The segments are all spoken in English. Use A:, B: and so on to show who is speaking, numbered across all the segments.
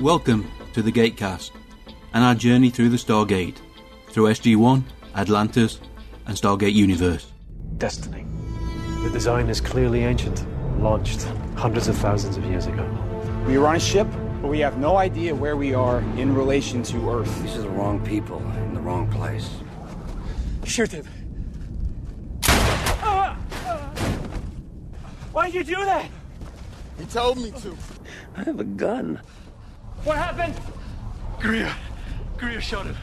A: Welcome to the Gatecast and our journey through the Stargate, through SG-1, Atlantis, and Stargate Universe.
B: Destiny. The design is clearly ancient, launched hundreds of thousands of years ago.
C: We are on a ship, but we have no idea where we are in relation to Earth.
D: These are the wrong people in the wrong place.
E: Shoot him. Why'd you do that?
F: He told me to.
D: I have a gun.
E: What happened?
F: Greer. Greer shot him.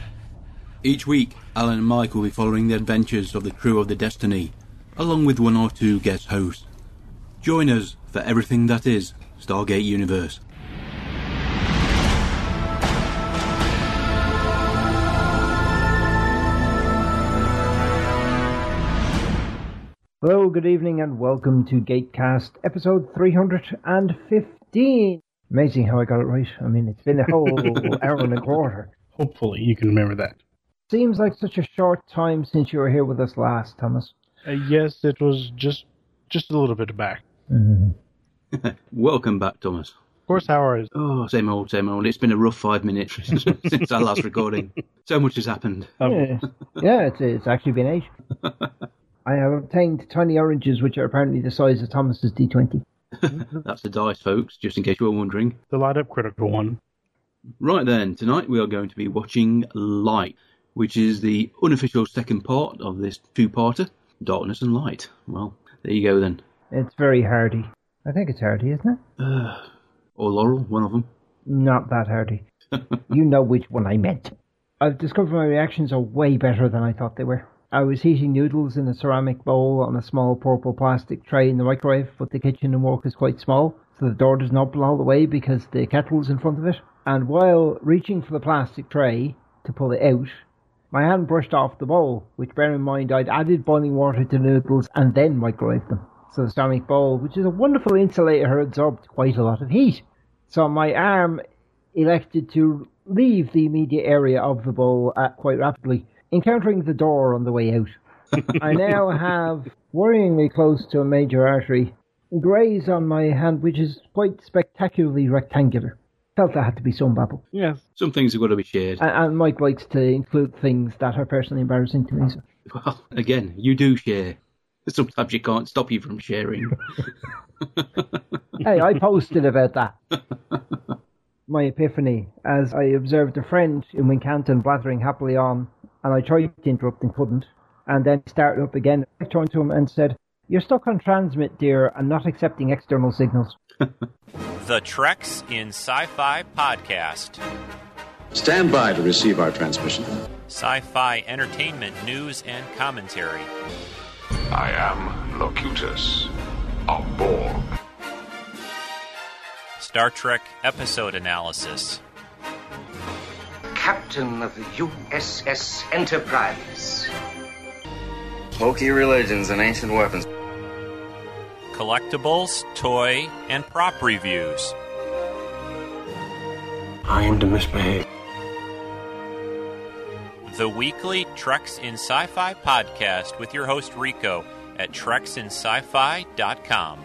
A: Each week, Alan and Mike will be following the adventures of the crew of the Destiny, along with one or two guest hosts. Join us for everything that is Stargate Universe.
G: Hello, good evening, and welcome to Gatecast episode 315. Amazing how I got it right. I mean, it's been a whole hour and a quarter.
H: Hopefully, you can remember that.
G: Seems like such a short time since you were here with us last, Thomas.
H: Uh, yes, it was just just a little bit back.
A: Welcome back, Thomas.
H: Of course, how are you?
A: Oh, same old, same old. It's been a rough five minutes since our last recording. So much has happened.
I: Um,
G: Yeah, yeah it's, it's actually been eight. I have obtained tiny oranges, which are apparently the size of Thomas's D20.
A: That's the dice, folks, just in case you were wondering.
H: the light up critical one?
A: Right then, tonight we are going to be watching Light, which is the unofficial second part of this two parter Darkness and Light. Well, there you go then.
G: It's very hardy. I think it's hardy, isn't it?
A: Or Laurel, one of them.
G: Not that hardy. you know which one I meant. I've discovered my reactions are way better than I thought they were. I was heating noodles in a ceramic bowl on a small purple plastic tray in the microwave, but the kitchen and walk is quite small, so the door doesn't open all the way because the kettle's in front of it. And while reaching for the plastic tray to pull it out, my hand brushed off the bowl, which bear in mind I'd added boiling water to noodles and then microwaved them. So the ceramic bowl, which is a wonderful insulator, absorbed quite a lot of heat. So my arm elected to leave the immediate area of the bowl uh, quite rapidly, encountering the door on the way out. I now have, worryingly close to a major artery, graze on my hand, which is quite spectacularly rectangular. Felt that had to be some babble.
H: Yes.
A: Some things have got to be shared.
I: Uh,
G: And, and Mike likes to include things that are personally embarrassing to me. So.
A: Well, again, you do share. Sometimes you can't stop you from sharing.
G: hey, I posted about that. My epiphany as I observed a friend in Wincanton blathering happily on, and I tried to interrupt and couldn't, and then started up again. I turned to him and said, You're stuck on transmit, dear, and not accepting external signals.
J: The Treks in Sci Fi Podcast.
K: Stand by to receive our transmission.
J: Sci fi entertainment news and commentary.
L: I am Locutus of Borg.
J: Star Trek episode analysis.
D: Captain of the USS Enterprise.
K: Hokey religions and ancient weapons.
J: Collectibles, toy, and prop reviews.
D: I am to misbehave.
J: The weekly Treks in Sci Fi Podcast with your host Rico at treksinscifi.com.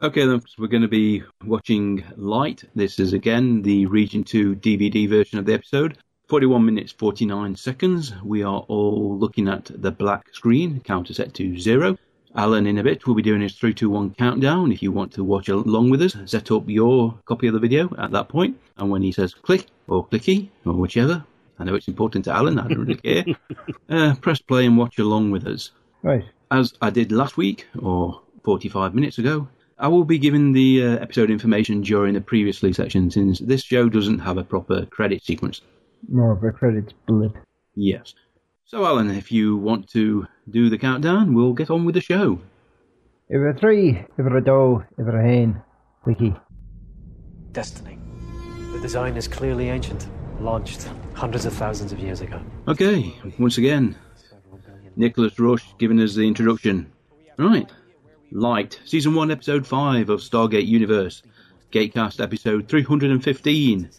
A: Okay, then, so we're going to be watching Light. This is again the Region 2 DVD version of the episode. 41 minutes 49 seconds. We are all looking at the black screen, counter set to zero. Alan, in a bit, will be doing his 321 countdown. If you want to watch along with us, set up your copy of the video at that point. And when he says click or clicky or whichever, I know it's important to Alan, I don't really care, uh, press play and watch along with us
G: Right.
A: as I did last week, or 45 minutes ago, I will be giving the uh, episode information during the previously section since this show doesn't have a proper credit sequence.
G: More of a credits blip.
A: Yes. So, Alan, if you want to do the countdown, we'll get on with the show.
G: If a three, if a do, if a hen, wiki.
B: Destiny. The design is clearly ancient, launched hundreds of thousands of years ago.
A: Okay, once again, Nicholas Rush giving us the introduction. Right. Light, Season 1, Episode 5 of Stargate Universe, Gatecast Episode 315.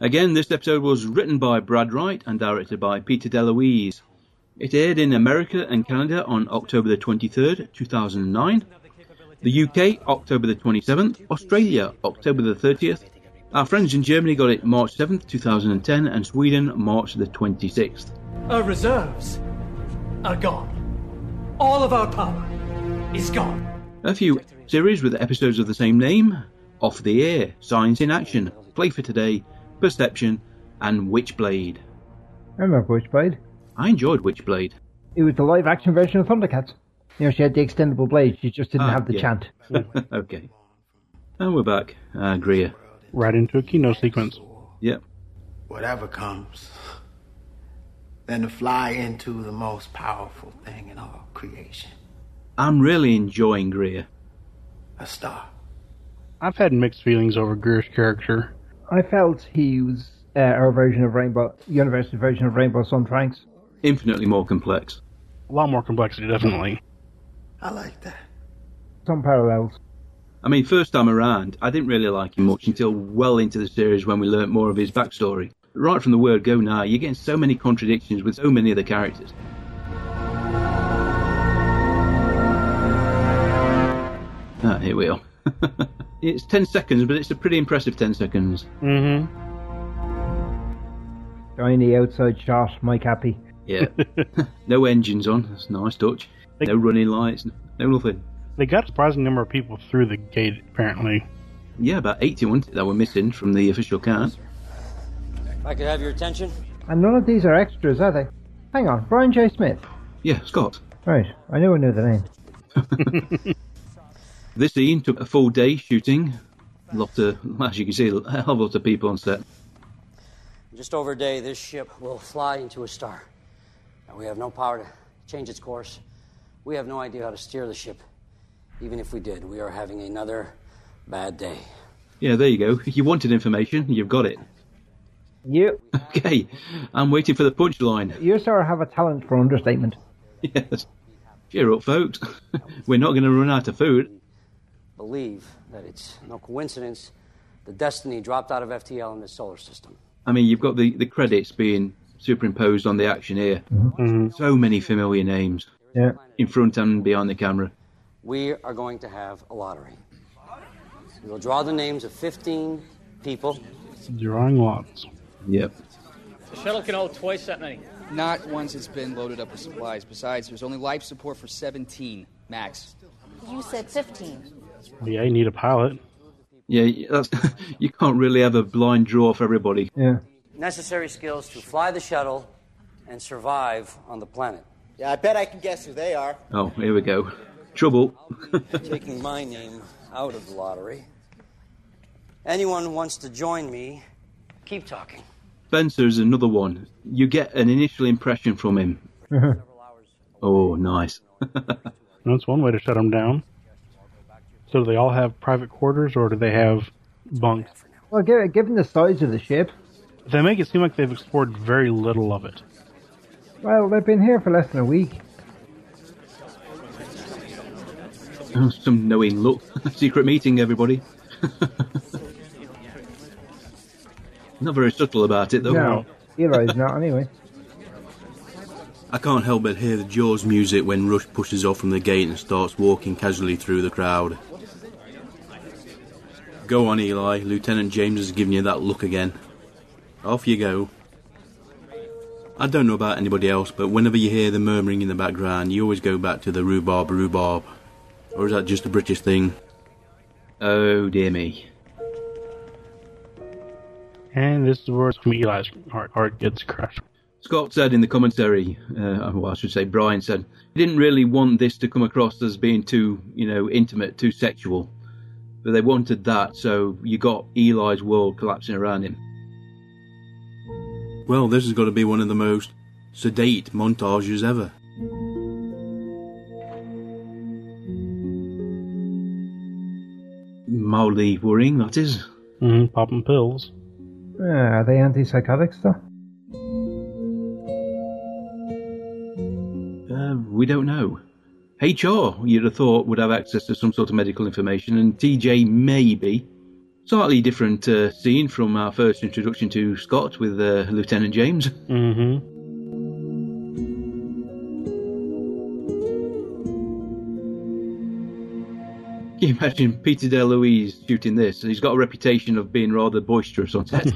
A: Again, this episode was written by Brad Wright and directed by Peter DeLuise. It aired in America and Canada on October the 23rd, 2009, the UK October the 27th, Australia October the 30th, Our friends in Germany got it March 7th, 2010, and Sweden March the 26th.
E: Our reserves are gone. All of our power is gone.
A: A few series with episodes of the same name Off the Air, Science in Action, Play for Today, Perception, and Witchblade.
G: I remember Witchblade.
A: I enjoyed Witchblade.
G: It was the live action version of Thundercats. You know, she had the extendable blade, she just didn't
A: Ah,
G: have the
A: yeah.
G: chant.
A: okay. And we're back. Uh, Greer.
H: Right into a Kino sequence.
A: Yep.
M: Whatever comes, then to fly into the most powerful thing in all creation
A: I'm really enjoying Greer.
M: a star.
H: I've had mixed feelings over Greer's character.
G: I felt he was uh, our version of Rainbow, University version of Rainbow Sun Franks.
A: Infinitely more complex.
H: A lot more complexity, definitely.
M: I like that.
G: Some parallels.
A: I mean, first time around, I didn't really like him much until well into the series when we learnt more of his backstory. Right from the word go now, you're getting so many contradictions with so many of the characters. Ah, here we are. it's 10 seconds, but it's a pretty impressive 10 seconds.
H: Mm-hmm.
G: Shiny outside shot, Mike Happy.
A: Yeah. no engines on, that's a nice touch. No running lights, no nothing.
H: They got a surprising number of people through the gate, apparently.
A: Yeah, about 81 that were missing from the official count.
N: If I could have your attention.
G: And none of these are extras, are they? Hang on, Brian J. Smith.
A: Yeah, Scott.
G: Right, I knew I knew the name.
A: This scene took a full day shooting. Lot of, as you can see, a hell of a lot of people on set.
N: In just over a day, this ship will fly into a star. And we have no power to change its course. We have no idea how to steer the ship. Even if we did, we are having another bad day.
A: Yeah, there you go. You wanted information, you've got it.
G: You.
A: Okay, I'm waiting for the punchline.
G: You, sir, have a talent for understatement.
A: Yes. Cheer up, folks. We're not going to run out of food.
N: Believe that it's no coincidence the Destiny dropped out of FTL in this solar system.
A: I mean, you've got the, the credits being superimposed on the action here. So many familiar names
G: Yeah.
A: in front and behind the camera.
N: We are going to have a lottery. We will draw the names of 15 people.
H: Drawing lots.
A: Yep.
O: The shuttle can hold twice that many. Not once it's been loaded up with supplies. Besides, there's only life support for 17 max.
P: You said 15.
H: Yeah, you need a pilot.
A: Yeah, that's, you can't really have a blind draw for everybody.
G: Yeah.
N: Necessary skills to fly the shuttle and survive on the planet.
Q: Yeah, I bet I can guess who they are.
A: Oh, here we go. Trouble.
N: taking my name out of the lottery. Anyone who wants to join me, keep talking.
A: Spencer is another one. You get an initial impression from him. Oh, nice.
H: That's one way to shut them down. So do they all have private quarters, or do they have bunks?
G: Well, gi- given the size of the ship,
H: They make it seem like they've explored very little of it.
G: well, they've been here for less than a week.
A: Some knowing look. Secret meeting, everybody. Not very subtle about it, though.
G: No, Eli's not anyway.
I: I can't help but hear the Jaws music when Rush pushes off from the gate and starts walking casually through the crowd. Go on, Eli. Lieutenant James has given you that look again. Off you go. I don't know about anybody else, but whenever you hear the murmuring in the background, you always go back to the rhubarb, rhubarb. Or is that just a British thing?
A: Oh, dear me.
H: And this is where it's from Eli's heart, heart gets crushed.
A: Scott said in the commentary, uh, well, I should say Brian said, he didn't really want this to come across as being too, you know, intimate, too sexual. But they wanted that, so you got Eli's world collapsing around him.
I: Well, this has got to be one of the most sedate montages ever.
A: Mildly worrying, that is.
H: Mm, popping pills.
G: Uh, are they antipsychotics, though?
A: Uh, we don't know. HR, you'd have thought, would have access to some sort of medical information, and TJ maybe. Slightly different uh, scene from our first introduction to Scott with uh, Lieutenant James.
H: Mm-hmm.
A: Can you imagine Peter DeLuise shooting this? He's got a reputation of being rather boisterous on set.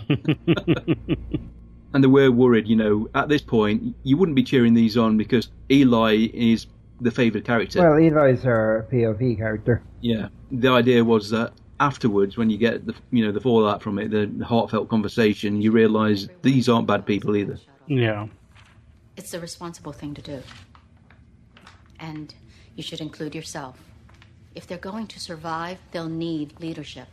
A: and they were worried, you know, at this point, you wouldn't be cheering these on because Eli is the favourite character.
G: Well, Eli's our POV character.
A: Yeah. The idea was that afterwards, when you get the you know the fallout from it, the heartfelt conversation, you realise these aren't bad people either.
H: Yeah.
P: It's the responsible thing to do. And you should include yourself. If they're going to survive, they'll need leadership.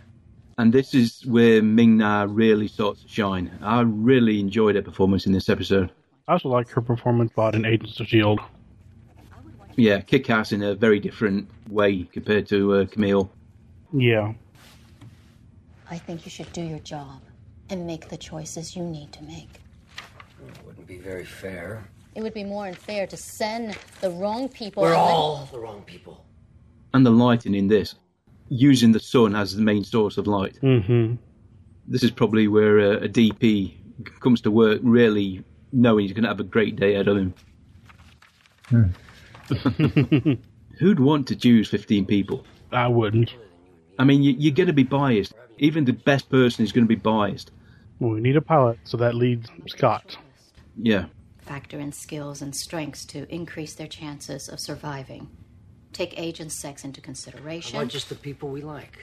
A: And this is where Ming Na really starts to shine. I really enjoyed her performance in this episode.
H: I also like her performance lot in Agents of S.H.I.E.L.D.
A: Yeah, kick ass in a very different way compared to uh, Camille.
H: Yeah.
P: I think you should do your job and make the choices you need to make.
N: It wouldn't be very fair.
P: It would be more unfair to send the wrong people.
N: We're
P: out there-
N: all the wrong people.
A: And the lighting in this, using the sun as the main source of light.
H: Mm-hmm.
A: This is probably where uh, a, a DP comes to work really knowing he's going to have a great day ahead of him. Who'd want to choose 15 people?
H: I wouldn't.
A: I mean, you, you're going to be biased. Even the best person is going to be biased.
H: Well, we need a pilot, so that leads Scott.
A: Yeah.
P: Factor in skills and strengths to increase their chances of surviving. Take age and sex into
N: How
P: consideration.
N: about just the people we like?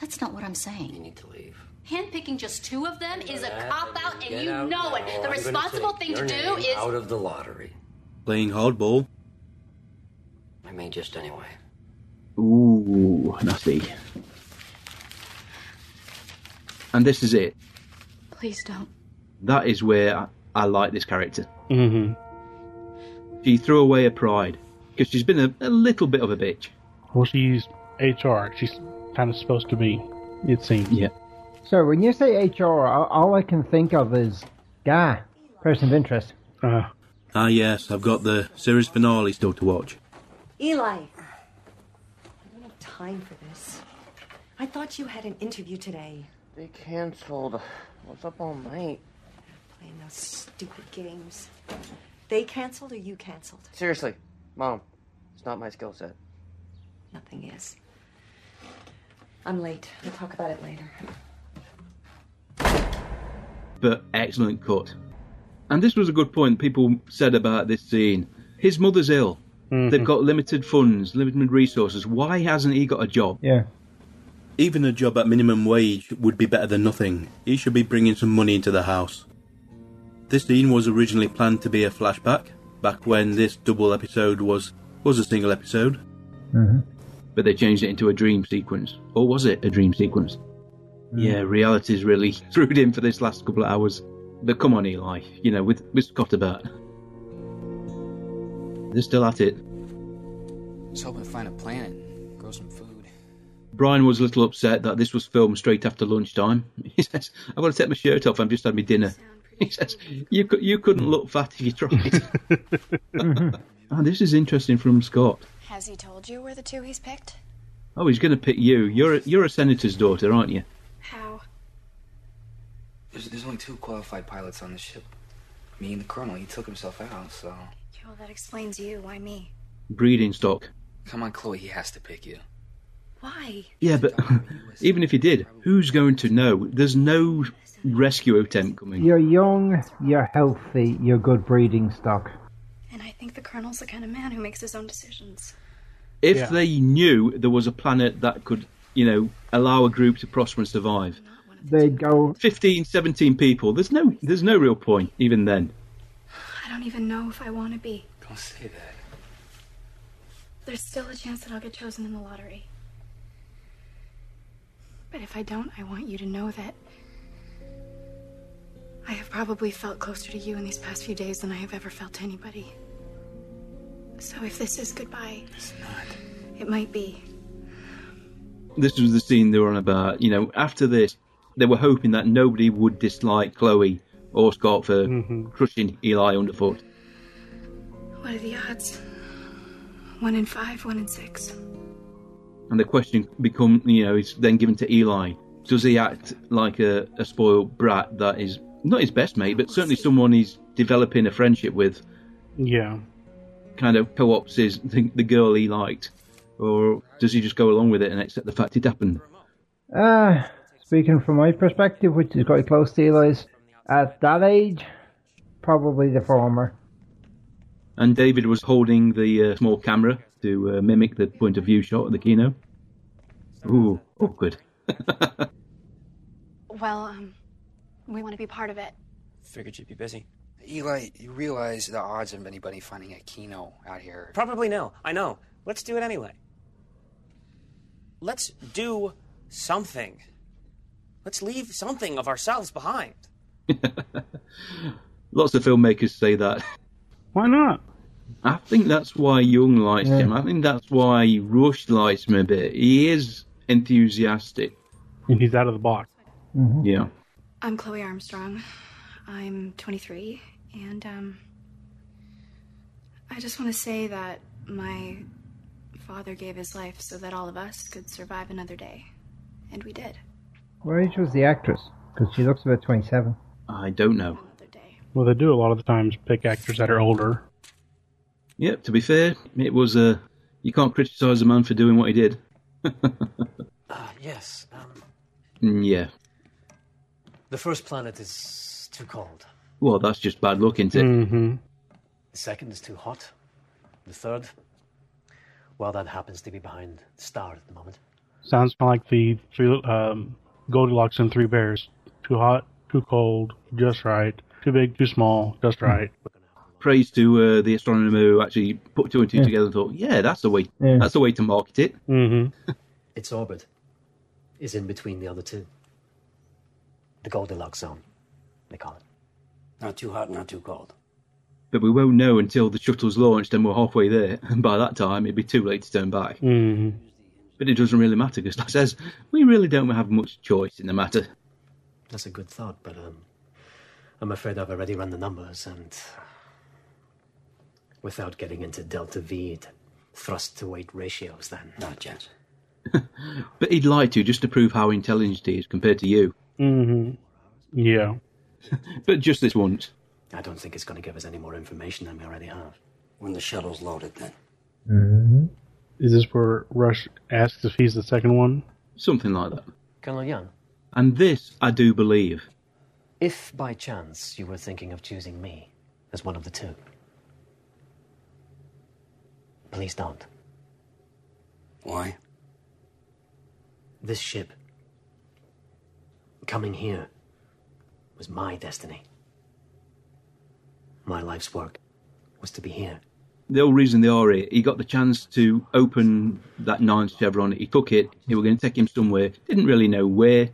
P: That's not what I'm saying. You
N: need to leave.
P: Handpicking just two of them is a
N: That
P: cop out,
N: Get
P: and you
N: out
P: know
N: now. I'm
P: it. The
N: gonna
P: responsible
N: take
P: thing to do
N: your name
P: is.
N: out of the lottery.
I: Playing hardball.
N: I mean, just anyway.
A: Ooh, nasty. And this is it.
P: Please don't.
A: That is where I, I like this character.
H: Mm-hmm.
A: She threw away her pride because she's been a, a little bit of a bitch.
H: Well, she's HR. She's kind of supposed to be, it seems.
A: Yeah.
G: So when you say HR, all, all I can think of is guy, person of interest.
H: Uh,
I: Ah, yes, I've got the series finale still to watch.
R: Eli, I don't have time for this. I thought you had an interview today.
K: They canceled. I was up all night.
R: Playing those stupid games. They canceled or you canceled?
K: Seriously, Mom, it's not my skill set.
R: Nothing is. I'm late. We'll talk about it later.
A: but excellent cut. And this was a good point people said about this scene. His mother's ill. They've got limited funds, limited resources. Why hasn't he got a job?
G: Yeah.
I: Even a job at minimum wage would be better than nothing. He should be bringing some money into the house. This scene was originally planned to be a flashback, back when this double episode was was a single episode.
G: Mm-hmm.
A: But they changed it into a dream sequence. Or was it a dream sequence? Yeah, reality's really screwed him for this last couple of hours. But come on, Eli, you know, with, with Scott about. They're still at it.
O: Let's hope I find a planet, and grow some food.
A: Brian was a little upset that this was filmed straight after lunchtime. He says, I've got to take my shirt off, I've just had my dinner. He says, You, cou- you couldn't look fat if you tried. Ah, this is interesting from Scott.
S: Has he told you we're the two he's picked?
A: Oh, he's going to pick you. You're a, you're a senator's daughter, aren't you?
S: How?
T: There's, there's only two qualified pilots on the ship. Me and the colonel. He took himself out, so.
S: Yeah, Well, that explains you. Why me?
A: Breeding stock.
T: Come on, Chloe. He has to pick you.
S: Why?
A: Yeah, but even if he did, who's going to know? There's no rescue attempt coming.
G: You're young, you're healthy, you're good breeding stock.
S: And I think the colonel's the kind of man who makes his own decisions.
A: If
S: Yeah.
A: they knew there was a planet that could, you know, allow a group to prosper and survive,
G: they'd go
A: 15, 17 people. There's no, there's no real point even then.
S: I don't even know if I want to be.
T: Don't say that.
S: There's still a chance that I'll get chosen in the lottery. But if I don't, I want you to know that I have probably felt closer to you in these past few days than I have ever felt to anybody. So if this is goodbye, it's not. It might be.
A: This was the scene they were on about. You know, after this, they were hoping that nobody would dislike Chloe or Scott for crushing Eli underfoot.
S: What are the odds? One in five, one in six.
A: And the question become, you know, is then given to Eli: Does he act like a, a spoiled brat that is not his best mate, but certainly someone he's developing a friendship with?
H: yeah.
A: Kind of co-ops his the, the girl he liked. Or does he just go along with it and accept the fact it happened?
G: Uh, speaking from my perspective, which is quite close to Eli's, at that age, probably the former.
A: And David was holding the uh, small camera to uh, mimic the point of view shot of the kino. Ooh, awkward.
S: Well, um, we want to be part of it.
D: Figured you'd be busy. Eli, you realize the odds of anybody finding a kino out here.
U: Probably no. I know. Let's do it anyway. Let's do something. Let's leave something of ourselves behind.
A: Lots of filmmakers say that.
H: Why not?
A: I think that's why Young likes him. I think that's why Rush likes him a bit. He is enthusiastic.
H: And he's out of the box.
A: Yeah.
S: I'm Chloe Armstrong. I'm 23, and um, I just want to say that my father gave his life so that all of us could survive another day, and we did.
G: What age was the actress? Because she looks about 27.
A: I don't know.
H: Well, they do a lot of the times pick actors that are older.
A: Yep, to be fair, it was a. Uh, you can't criticise a man for doing what he did.
V: Uh, yes. Um,
A: Mm, yeah.
V: the first planet is too cold.
A: Well, that's just bad luck, isn't it?
H: Mm-hmm.
V: The second is too hot. The third, well, that happens to be behind the star at the moment.
H: Sounds kind of like the three, um, Goldilocks and Three Bears. Too hot, too cold, just right. Too big, too small, just right.
A: Praise to uh, the astronomer who actually put two and two together and thought, yeah, that's the way.
H: Yeah.
A: That's the way to market it.
H: Mm-hmm.
V: Its orbit is in between the other two. The Goldilocks zone, they call it.
N: Not too hot, not too cold.
A: But we won't know until the shuttle's launched and we're halfway there. And by that time, it'd be too late to turn back.
H: Mm-hmm.
A: But it doesn't really matter because, like I says, we really don't have much choice in the matter.
V: That's a good thought, but um, I'm afraid I've already run the numbers, and without getting into delta V to thrust to weight ratios, then
N: not a chance.
A: But he'd like to just to prove how intelligent he is compared to you.
H: Mm-hmm. Yeah.
A: But just this once.
V: I don't think it's going to give us any more information than we already have.
N: When the shuttle's loaded, then
H: Is this where Rush asks if he's the second one?
A: Something like that.
V: Colonel Young,
A: And this I do believe.
V: if by chance you were thinking of choosing me as one of the two, please don't.
N: Why?
V: This ship coming here was my destiny. My life's work was to be here.
A: The whole reason they are here, he got the chance to open that nine chevron. He took it. They were going to take him somewhere. Didn't really know where.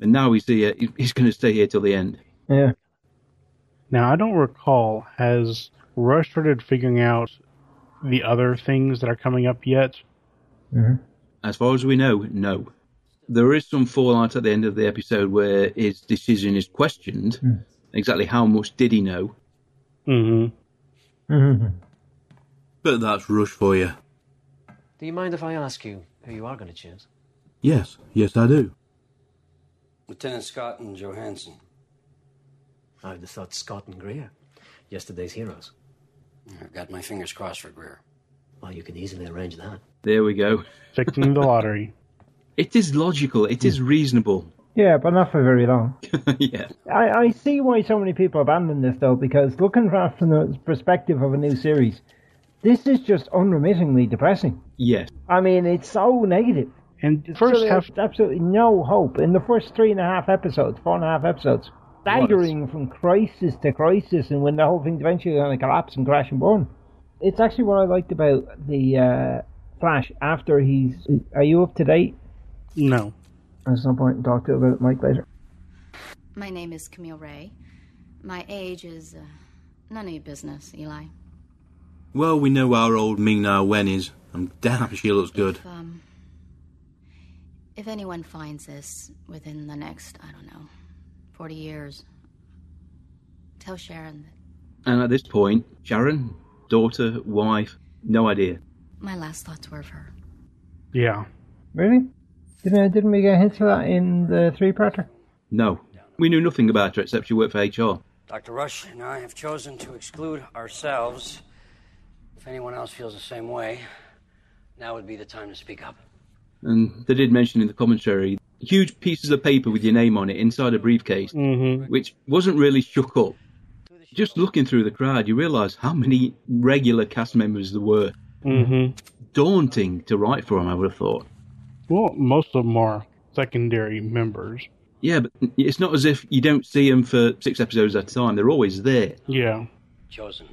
A: And now he's here. He- He's going to stay here till the end.
G: Yeah.
H: Now, I don't recall, has Rush started figuring out the other things that are coming up yet?
A: As far as we know, no. There is some fallout at the end of the episode where his decision is questioned. Exactly how much did he know?
H: Mm-hmm.
B: But that's Rush for you.
V: Do you mind if I ask you who you are going to choose?
B: Yes, yes, I do.
N: Lieutenant Scott and Johansson.
V: I would have thought Scott and Greer, yesterday's heroes.
N: I've got my fingers crossed for Greer.
V: Well, you can easily arrange that.
A: There we go.
H: Fixing the lottery.
A: It is logical. It is reasonable.
G: Yeah, but not for very long.
A: yeah.
G: I, I see why so many people abandon this, though, because looking at it from the perspective of a new series, this is just unremittingly depressing.
A: Yes.
G: I mean, it's so negative.
H: And first
G: so
H: half,
G: there's absolutely no hope in the first three and a half episodes, four and a half episodes, staggering from crisis to crisis, and when the whole thing's eventually going to collapse and crash and burn. It's actually what I liked about the uh, Flash after he's. Are you up to date?
H: no.
G: There's no point in talking to you about it, Mike, later.
P: My name is Camille Ray. My age is uh, none of your business, Eli.
B: Well, we know our old Ming Na Wen is. I'm damn she looks good.
P: If, um, if anyone finds this within the next, I don't know, 40 years, tell Sharon that
A: And at this point, Sharon, daughter, wife, no idea.
P: my last thoughts were of her.
H: Yeah.
G: Really? Didn't, didn't we get a hint of that in the three parter?
A: No. We knew nothing about her except she worked for HR.
N: Dr. Rush and I have chosen to exclude ourselves. If anyone else feels the same way, Now would be the time to speak up.
A: And they did mention in the commentary huge pieces of paper with your name on it inside a briefcase, which wasn't really shook up. Just looking through the crowd, you realise how many regular cast members there were.
H: Mm-hmm.
A: Daunting to write for 'em, I would have thought.
H: Well, most of them are secondary members.
A: Yeah, but it's not as if you don't see them for six episodes at a time. They're always there.
H: Yeah.
N: Chosen.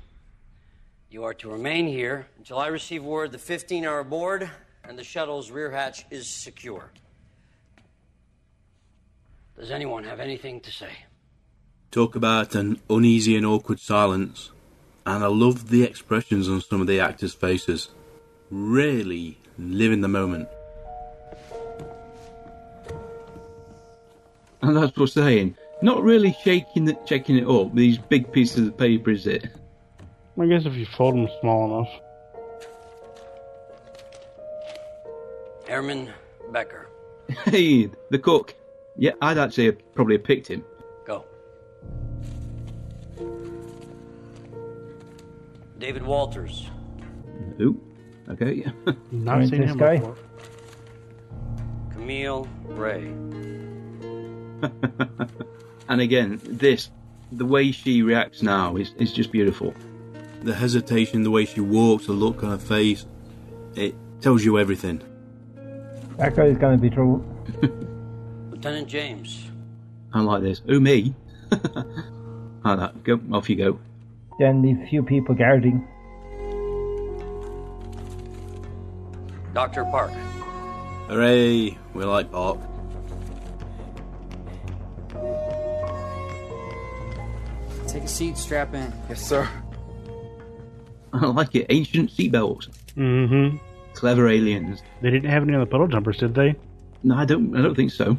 N: You are to remain here until I receive word the 15 are aboard and the shuttle's rear hatch is secure. Does anyone have anything to say?
I: Talk about an uneasy and awkward silence. And I love the expressions on some of the actors' faces. Really live in the moment.
A: And that's what I'm saying. Not really shaking it, checking it up. These big pieces of paper, is it?
H: I guess if you fold them small enough.
N: Airman Becker,
A: Hey, the cook. Yeah, I'd actually have probably have picked him.
N: go. David Walters,
A: Ooh, okay.
H: Not seen him before.
N: Camille Ray,
A: and again, this, the way she reacts now is, is just beautiful.
I: The hesitation, the way she walks, the look on her face, it tells you everything.
G: That guy's going to be trouble.
N: Lieutenant James,
A: I like this. Ooh, me? like that. Go, off you go.
G: Then the few people guarding.
N: Dr. Park,
I: Hooray, we like Park.
O: Take a seat, strap in.
K: Yes, sir.
A: I like it. Ancient seatbelts.
H: Mm-hmm.
A: Clever aliens.
H: They didn't have any of the puddle jumpers, did they?
A: No, I don't. I don't think so.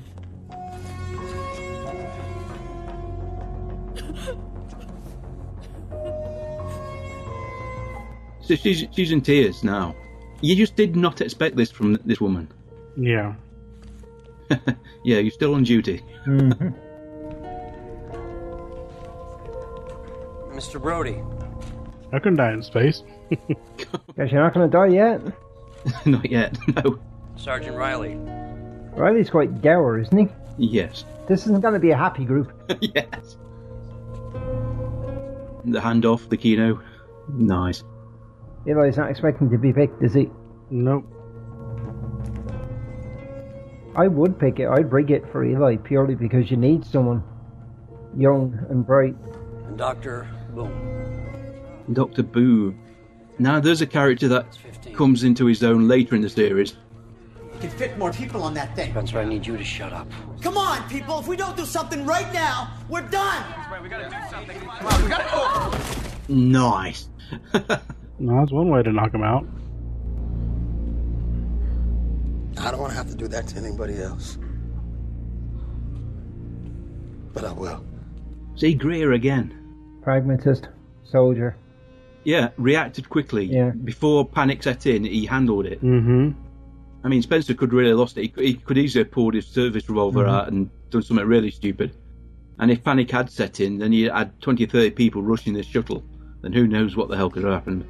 A: so she's she's in tears now. You just did not expect this from this woman.
H: Yeah.
A: Yeah, you're still on duty.
N: Mr. Brody,
H: I couldn't die in space.
G: Guess you're not going to die yet.
A: not yet. No.
N: Sergeant Riley,
G: Riley's quite dour, isn't he?
A: Yes.
G: This isn't going to be a happy group.
A: yes. The handoff, the kino. Nice.
G: Eli's not expecting to be picked, is he?
H: Nope.
G: I would pick it. I'd rig it for Eli purely because you need someone young and bright.
N: and Dr. Boom.
A: Dr. Boom. Now, there's a character that comes into his own later in the series.
Q: You can fit more people on that thing.
N: Spencer, I need you to shut up.
Q: Come on, people. If we don't do something right now, we're done. That's right. We gotta do something. we gotta.
A: Nice.
H: No, that's one way to knock him out.
C: I don't want to have to do that to anybody else. But I will.
A: See, Greer again.
G: Pragmatist, soldier.
A: Yeah, reacted quickly.
G: Yeah.
A: Before panic set in, he handled it.
H: Mm-hmm.
A: I mean, Spencer could really have lost it. He, he could easily have pulled his service revolver
G: Mhm.
A: out and done something really stupid. And if panic had set in, then he had 20, 30 people rushing this shuttle. Then who knows what the hell could have happened.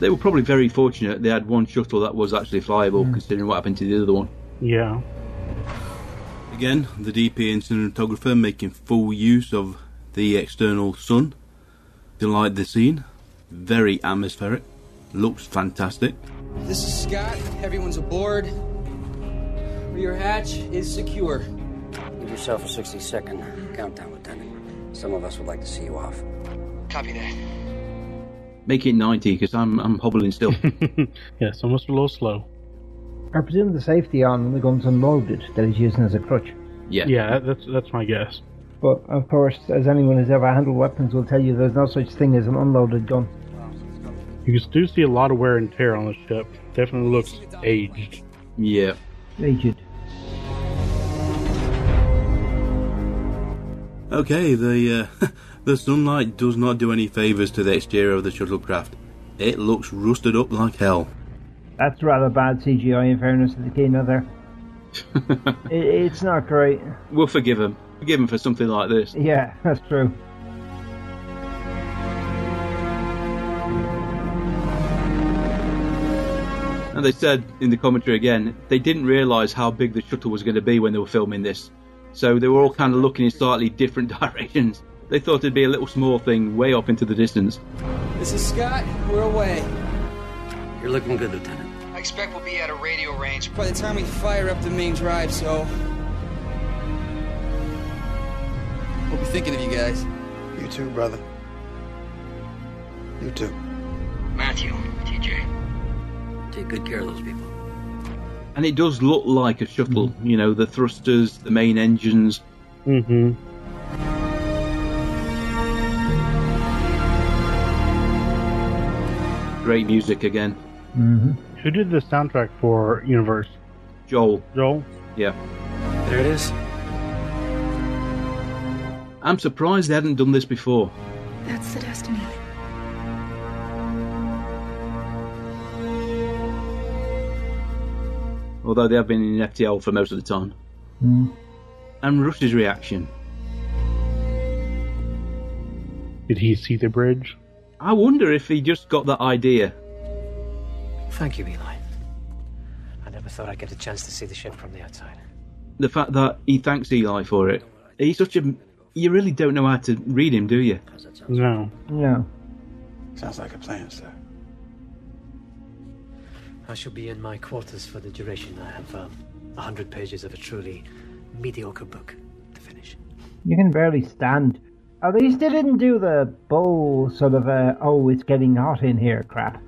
A: They were probably very fortunate they had one shuttle that was actually flyable, considering what happened to the other one.
H: Yeah.
I: Again, the DP and cinematographer making full use of the external sun. Delight the scene. Very atmospheric. Looks fantastic.
O: This is Scott. Everyone's aboard. Rear hatch is secure.
N: Give yourself a 60 second countdown, Lieutenant. Some of us would like to see you off.
K: Copy that.
A: Make it 90, because I'm, I'm hobbling still.
H: Yes, almost a little slow.
G: I presume the safety on the gun's unloaded that he's using as a crutch.
A: Yeah.
H: Yeah, that- that's that's my guess.
G: But of course, as anyone who's ever handled weapons will tell you, there's no such thing as an unloaded gun.
H: You can do see a lot of wear and tear on the ship. Definitely looks aged.
A: yeah.
G: Aged.
I: Okay, the uh, the sunlight does not do any favors to the exterior of the shuttlecraft. It looks rusted up like hell.
G: That's rather bad CGI, in fairness to the Kino there. it, it's not great.
A: We'll forgive him. Forgive him for something like this.
G: Yeah, that's true.
A: they said in the commentary again, they didn't realise how big the shuttle was going to be when they were filming this. So they were all kind of looking in slightly different directions. They thought it'd be a little small thing way off into the distance.
F: This is Scott. We're away.
C: You're looking good, Lieutenant.
F: I expect we'll be out of radio range by the time we fire up the main drive, so. We'll be thinking of you guys.
C: You too, brother. You too.
K: Matthew, TJ.
C: Take good care of those people.
A: And it does look like a shuttle, you know, the thrusters, the main engines.
H: Mm-hmm.
A: Great music again.
H: Mm-hmm. Who did the soundtrack for Universe?
A: Joel.
H: Joel?
A: Yeah.
U: There it is.
A: I'm surprised they hadn't done this before.
S: That's the destiny.
A: although they have been in FTL for most of the time. And Rush's reaction.
H: Did he see the bridge?
A: I wonder if he just got that idea.
B: Thank you, Eli. I never thought I'd get a chance to see the ship from the outside.
A: The fact that he thanks Eli for it. He's such a. You really don't know how to read him, do you?
H: No.
G: No.
C: Sounds like a plan, sir.
B: I shall be in my quarters for the duration. I have um, 100 pages of a truly mediocre book to finish.
G: You can barely stand. At least they didn't do the bull sort of, uh, oh, it's getting hot in here crap.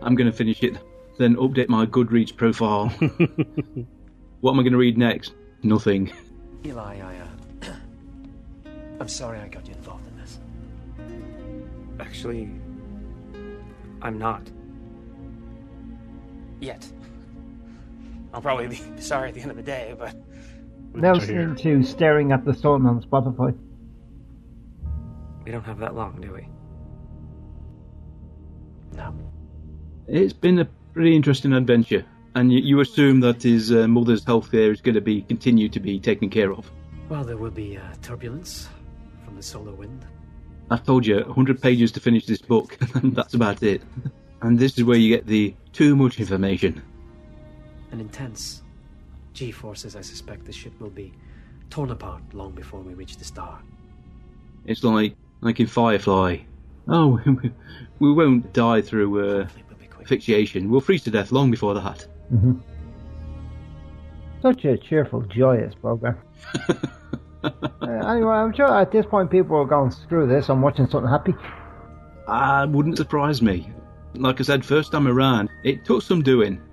A: I'm going to finish it, then update my Goodreads profile. what am I going to read next? Nothing.
B: Eli, I, uh, I'm sorry I got you involved in this.
U: Actually, I'm not. Yet. I'll probably be sorry at the end of the day, but.
G: They're listening to Staring at the Sun on Spotify.
U: We don't have that long, do we? No.
A: It's been a pretty interesting adventure, and you, you assume that his uh, mother's health care is going to be continued to be taken care of.
B: Well, there will be uh, turbulence from the solar wind.
A: I've told you, 100 pages to finish this book, and that's about it. And this is where you get the too much information.
B: An intense G forces, I suspect the ship will be torn apart long before we reach the star.
A: It's like like in Firefly. Oh, we won't die through uh, asphyxiation. We'll freeze to death long before that.
G: Mm-hmm. Such a cheerful, joyous program. Uh, anyway, I'm sure at this point people are going, screw this, I'm watching something happy.
A: Ah, wouldn't surprise me. Like I said, first time around, it took some doing.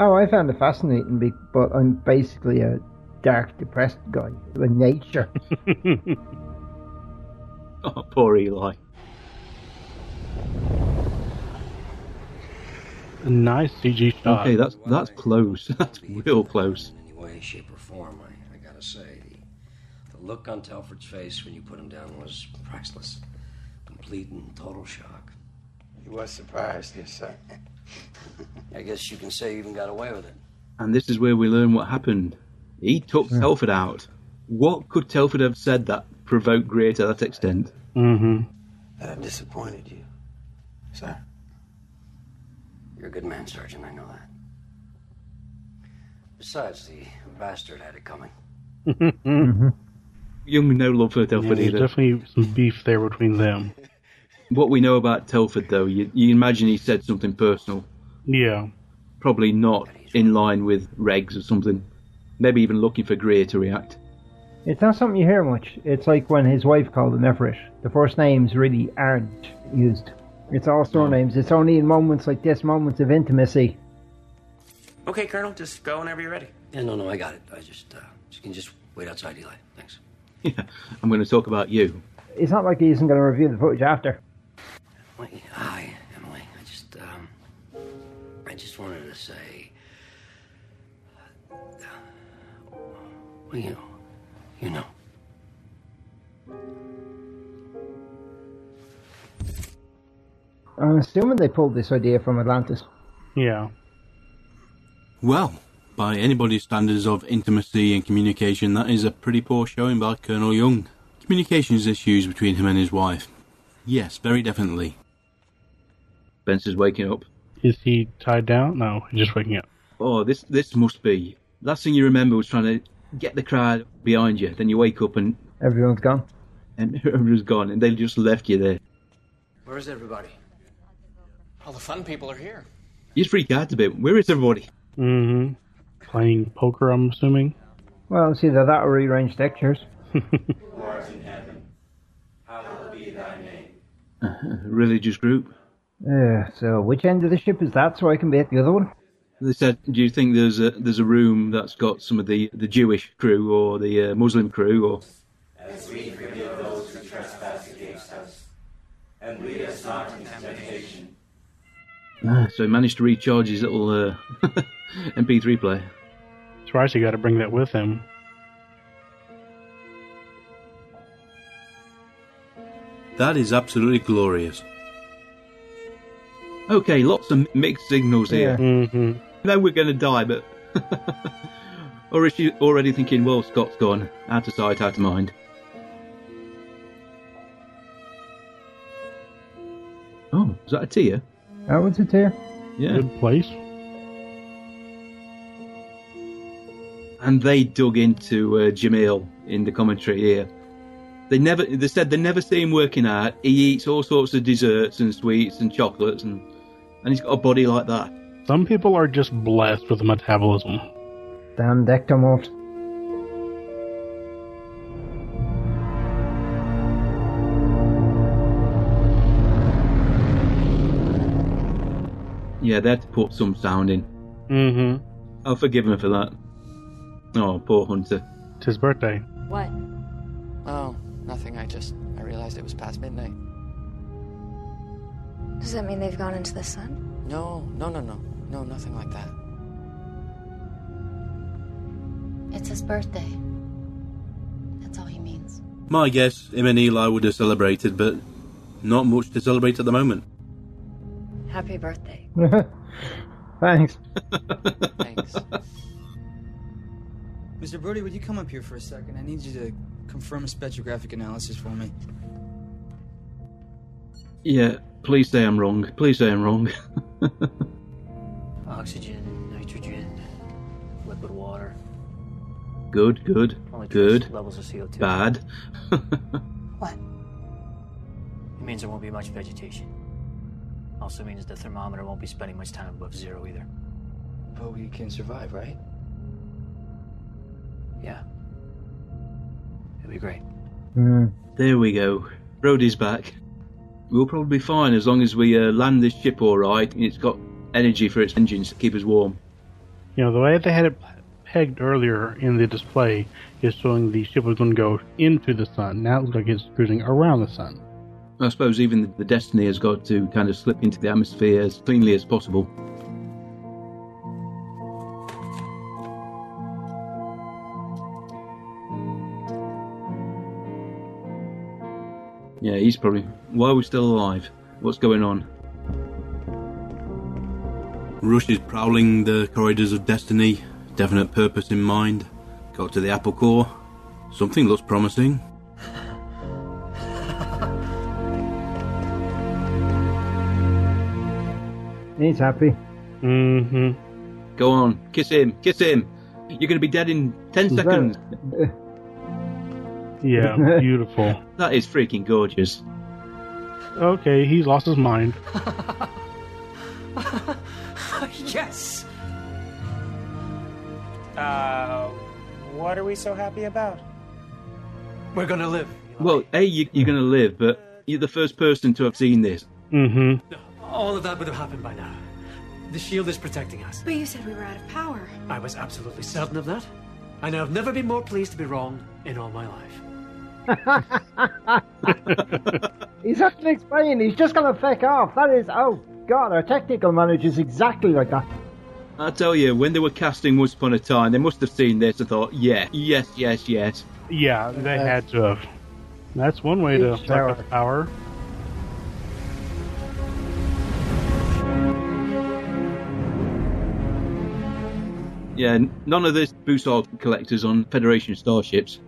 G: Oh, I found it fascinating, be- but I'm basically a dark, depressed guy by nature.
A: Oh, poor Eli.
H: Nice CG shot.
A: Okay, that's that's close. That's real close.
N: In any way, shape, or form, I, I gotta say, the, the look on Telford's face when you put him down was priceless. Complete and total shock.
C: He was surprised, yes, sir.
N: I guess you can say you even got away with it.
A: And this is where we learn what happened. He took
H: Hmm.
A: Telford out. What could Telford have said that provoked Gray to that extent?
H: Mm-hmm.
C: That I've disappointed you, sir.
N: You're a good man, Sergeant, I know that. Besides, the bastard had it coming.
A: Young no love for
H: Yeah,
A: Telford
H: there's
A: either.
H: definitely some beef there between them.
A: What we know about Telford, though, you, you imagine he said something personal.
H: Yeah.
A: Probably not in line with regs or something. Maybe even looking for Greer to react.
G: It's not something you hear much. It's like when his wife called him Everett. The first names really aren't used. It's all surnames. It's only in moments like this, moments of intimacy.
U: Okay, Colonel, just go whenever you're ready.
N: Yeah, no, no, I got it. I just, uh, you can just wait outside, Eli. Thanks.
A: Yeah, I'm going to talk about you.
G: It's not like he isn't going to review the footage after.
N: Wait, hi, Emily. I just, um, I just wanted to say, uh, well, you know, you know.
G: I'm assuming they pulled this idea from Atlantis.
H: Yeah.
I: Well, by anybody's standards of intimacy and communication, that is a pretty poor showing by Colonel Young. Communications issues between him and his wife. Yes, very definitely.
A: Spencer's waking up.
H: Is he tied down? No, he's just waking up.
A: Oh, this this must be. Last thing you remember was trying to get the crowd behind you. Then you wake up and
G: everyone's gone.
A: And everyone's gone, and they just left you there.
C: Where is everybody?
U: All the fun people are here.
A: You freak out a bit. Where is everybody?
H: Mm-hmm. Playing poker, I'm assuming.
G: Well, it's either that or rearranged textures.
A: Religious group.
G: Uh, so, which end of the ship is that so I can be at the other one?
A: They said, "Do you think there's a there's a room that's got some of the, the Jewish crew or the uh, Muslim crew or?"
L: As we forgive those who trespass against us, and lead us not into temptation.
A: Ah, so he managed to recharge his little uh, MP3 player.
H: Twice he got to bring that with him.
I: That is absolutely glorious.
A: Okay, lots of mixed signals here.
H: Mm-hmm.
A: Now we're going to die, but. or is she already thinking, well, Scott's gone, out of sight, out of mind? Oh, is that a tear?
G: That was a tear.
A: Yeah.
H: Good place.
A: And they dug into uh, Jamil in the commentary here. They never. They said they never see him working out. He eats all sorts of desserts and sweets and chocolates, and and he's got a body like that.
H: Some people are just blessed with metabolism.
G: Damn dectomorphs.
A: Yeah, they had to put some sound in.
H: Mm-hmm.
A: I'll forgive him for that. Oh, poor Hunter.
H: It's his birthday.
W: What?
X: Oh, nothing. I just I realized it was past midnight.
W: Does that mean they've gone into the sun?
X: No, no, no, no, no, nothing like that.
P: It's his birthday. That's all he means.
I: My guess, him and Eli would have celebrated, but not much to celebrate at the moment.
W: Happy birthday.
G: Thanks.
X: Thanks.
F: Mr. Brody, would you come up here for a second? I need you to confirm a spectrographic analysis for me.
A: Yeah, please say I'm wrong. Please say I'm wrong.
V: Oxygen, nitrogen, liquid water.
A: Good, good,
V: Only
A: good.
V: Levels of CO2.
A: Bad.
F: what?
V: It means there won't be much vegetation. Also means the thermometer won't be spending much time above zero either.
T: But we can survive, right?
V: Yeah. It'd be great.
G: Mm.
A: There we go. Brody's back. We'll probably be fine as long as we uh, land this ship all right and it's got energy for its engines to keep us warm.
H: You know, the way they had it pegged earlier in the display is showing the ship was going to go into the sun. Now it looks like it's cruising around the sun.
A: I suppose even the Destiny has got to kind of slip into the atmosphere as cleanly as possible. Yeah, he's probably. Why are we still alive? What's going on?
I: Rush is prowling the corridors of destiny, definite purpose in mind. Got to the apple core. Something looks promising.
G: He's happy.
H: Mm-hmm.
A: Go on, kiss him, kiss him. You're going to be dead in 10
G: Is that-
A: seconds.
H: Yeah, beautiful.
A: That is freaking gorgeous.
H: Okay, he's lost his mind.
F: yes! Uh, what are we so happy about? We're gonna live.
A: Well, A, you, you're going to live, but you're the first person to have seen this.
H: Mm-hmm.
E: All of that would have happened by now. The shield is protecting us.
S: But you said we were out of power.
E: I was absolutely certain of that. And I've never been more pleased to be wrong in all my life.
G: He's actually explaining. He's just gonna feck off. That is, oh god, our technical manager's exactly like that.
A: I tell you, when they were casting Once Upon a Time, they must have seen this and thought, yeah, yes, yes, yes.
H: Yeah, they had to have. That's one way to
G: Huge
H: suck up power.
A: Yeah, n- none of this Bussard collectors on Federation starships.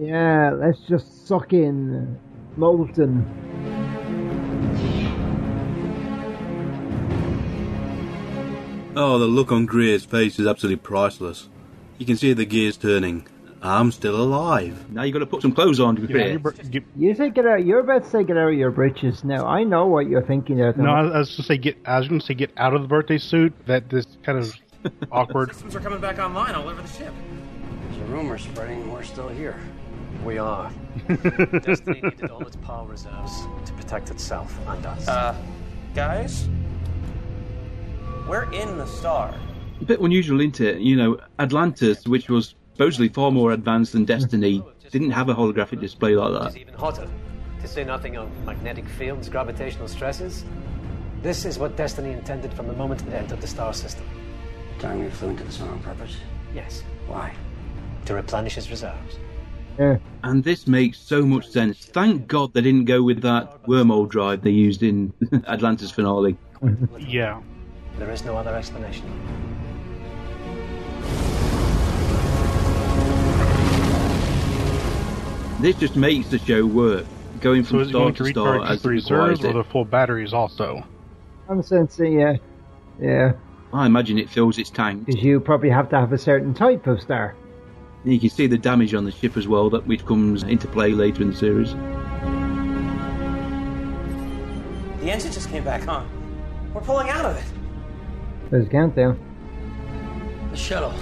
G: Yeah, let's just suck in molten.
I: Oh, the look on Greer's face is absolutely priceless. You can see the gears turning. I'm still alive.
A: Now you've got to put some clothes on to be
G: Yeah,
A: fair.
G: You say get out. You're about to say get out of your britches. Now I know what you're thinking. There,
H: No, I I was gonna say get. I was gonna say get out of the birthday suit. That this kind of awkward.
U: Systems are coming back online all over the ship.
N: There's a rumor spreading we're still here.
B: We are. Destiny needed all its power reserves to protect itself and us.
U: Uh, guys? We're in the star.
A: a bit unusual, isn't it? You know, Atlantis, which was supposedly far more advanced than Destiny, didn't have a holographic display like
B: It's even hotter. To say nothing of magnetic fields, gravitational stresses. This is what Destiny intended from the moment it entered the star system.
N: Time we flew into the sun on purpose?
B: Yes.
N: Why?
B: To replenish his reserves.
A: that. And this makes so much sense. Thank God they didn't go with that wormhole drive they used in Atlantis finale.
H: Yeah.
B: There is no other explanation.
A: This just makes the show work. Going
H: So
A: from
H: is it
A: star
H: going to
A: to star
H: recharge
A: as
H: just the
A: it requires
H: reserves or
A: it.
H: the full batteries also?
G: I'm sensing. Yeah, yeah.
A: I imagine it fills its tank.
G: Because you probably have to have a certain type of star.
A: You can see the damage on the ship as well, that which comes into play later in the series.
U: The engine just came back on. We're pulling out of it.
G: There's a countdown.
U: The shuttle.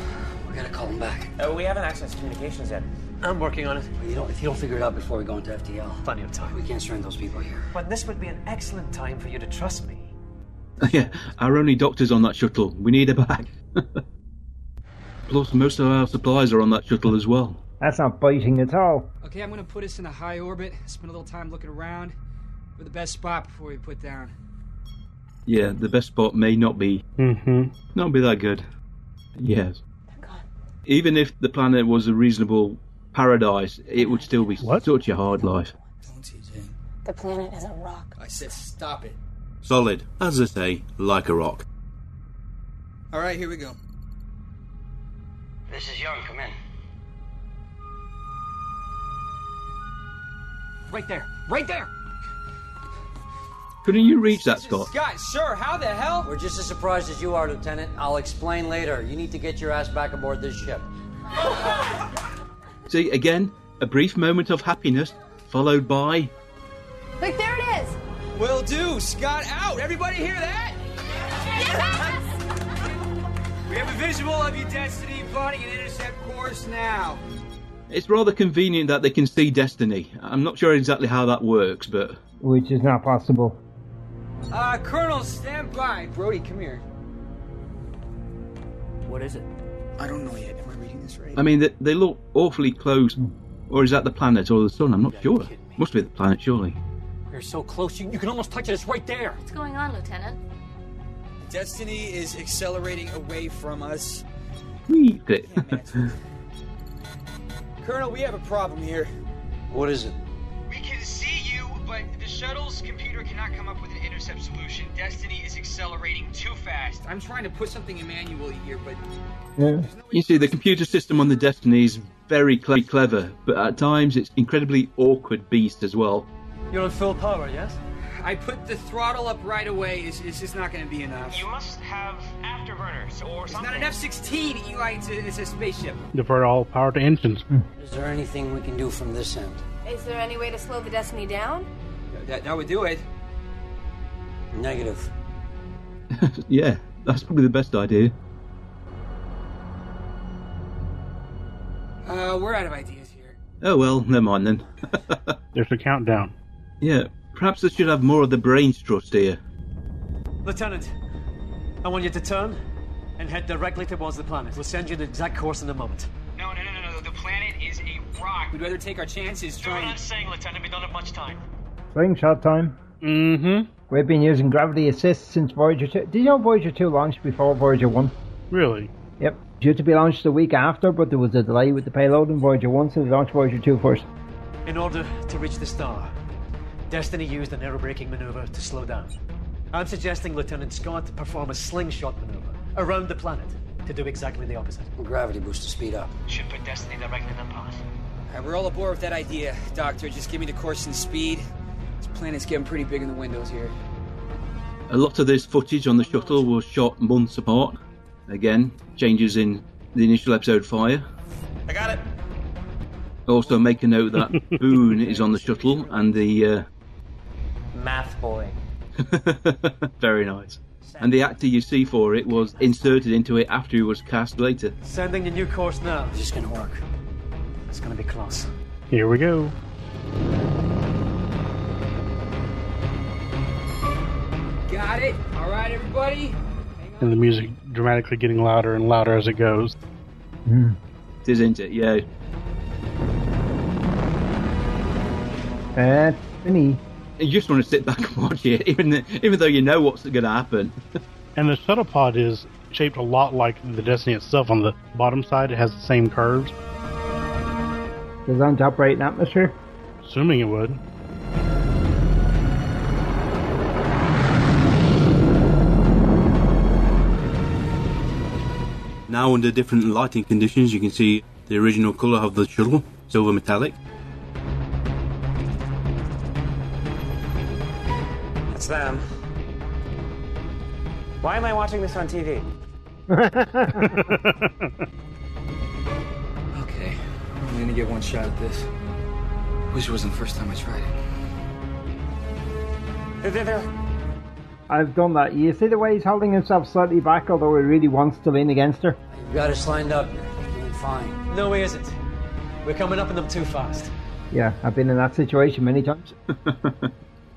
U: We gotta call them back. Uh, we haven't accessed communications yet.
N: I'm working on it. You don't, if you don't figure it out before we go into FTL,
B: plenty of time.
N: We can't strand those people here.
B: But this would be an excellent time for you to trust me.
A: yeah, our only doctor's on that shuttle. We need her back. Plus, most of our supplies are on that shuttle as well.
G: That's not biting at all.
D: Okay, I'm gonna put us in a high orbit, spend a little time looking around for the best spot before we put down.
A: Yeah, the best spot may not be
H: Mm-hmm.
A: not be that good. Yes. Even if the planet was a reasonable paradise, it would still be such a hard life.
J: The planet is a rock.
D: I said stop it.
I: Solid, as I say, like a rock.
D: Alright, here we go.
N: This is Young. Come in.
D: Right there! Right there!
A: Couldn't you reach that, Scott?
D: Guys, sir, how the hell?
N: We're just as surprised as you are, Lieutenant. I'll explain later. You need to get your ass back aboard this ship.
A: See, again, a brief moment of happiness, followed by
D: Look, there it is! Will do! Scott out! Everybody hear that? We have a visual of you, Destiny, plotting an intercept course now.
A: it's rather convenient that they can see Destiny. I'm not sure exactly how that works, but
G: Which is not possible.
D: Uh, Colonel, stand by. Brody, come here.
V: What is it?
T: I don't know yet. Am I reading this right?
A: I mean, they, they look awfully close. Or is that the planet or the sun? I'm not sure. Must be the planet, surely.
V: We're so close, you, you can almost touch it. It's right there.
P: What's going on, Lieutenant?
D: Destiny is accelerating away from us.
A: Whee! Get it.
D: Colonel, we have a problem here.
N: What is it?
D: We can see you, but the shuttle's computer cannot come up with an intercept solution. Destiny is accelerating too fast. I'm trying to put something in manually here, but
A: You see, the computer system on the Destiny is very cle- clever, but at times it's incredibly awkward beast as well.
V: You're on full power, yes?
D: I put the throttle up right away. It's, it's just not going to be enough. You must have afterburners or something. It's not an F-16, Eli. It's a, it's a spaceship.
H: Divert all power to engines.
N: Is there anything we can do from this end?
J: Is there any way to slow the Destiny down?
D: That, that would do it.
N: Negative.
A: Yeah, that's probably the best idea.
D: Uh, we're out of ideas here.
A: Oh well, never mind then.
H: There's a countdown.
A: Yeah, perhaps they should have more of the brain trust here.
B: Lieutenant, I want you to turn and head directly towards the planet. We'll send you the exact course in a moment.
D: No, no, no, no, no. The planet is a rock. We'd rather take our chances. Do what I'm saying, Lieutenant. We don't have much time.
G: Slingshot time.
H: Mm-hmm.
G: We've been using gravity assist since Voyager 2. Did you know Voyager 2 launched before Voyager 1?
H: Really?
G: Yep. Due to be launched the week after, but there was a delay with the payload in Voyager 1, so they launched Voyager 2 first.
B: In order to reach the star, Destiny used an aerobraking maneuver to slow down. I'm suggesting Lieutenant Scott perform a slingshot maneuver around the planet to do exactly the opposite.
N: Gravity boost to speed up.
D: Should put Destiny directly on pause. All right, we're all aboard with that idea, Doctor. Just give me the course and speed. This planet's getting pretty big in the windows here.
A: A lot of this footage on the shuttle was shot months apart. Again, changes in the initial episode fire.
U: I got it.
A: Also, make a note that Boone is on the shuttle and the uh,
V: Math boy.
A: very nice. And the actor you see for it was inserted into it after he was cast later.
B: Sending the new course now. This is gonna work. It's gonna be close.
H: Here we go.
D: Got it? All right, everybody?
H: And the music dramatically getting louder and louder as it goes.
A: It is, isn't it? Yeah.
G: That's me.
A: You just want to sit back and watch it, even th- even though you know what's going to happen.
H: And the shuttle pod is shaped a lot like the Destiny itself. On the bottom side, it has the same curves.
G: Does that operate in atmosphere?
H: Assuming it would.
I: Now, under different lighting conditions, you can see the original colour of the shuttle, silver metallic.
F: It's them. Why am I watching this on TV?
T: Okay, I'm gonna get one shot at this. Wish it wasn't the first time I tried it.
F: They're, they're, they're-
G: I've done that. You see the way he's holding himself slightly back, although he really wants to lean against her?
N: You've got us lined up. You're doing fine.
B: No, he isn't. We're coming up on them too fast.
G: Yeah, I've been in that situation many times.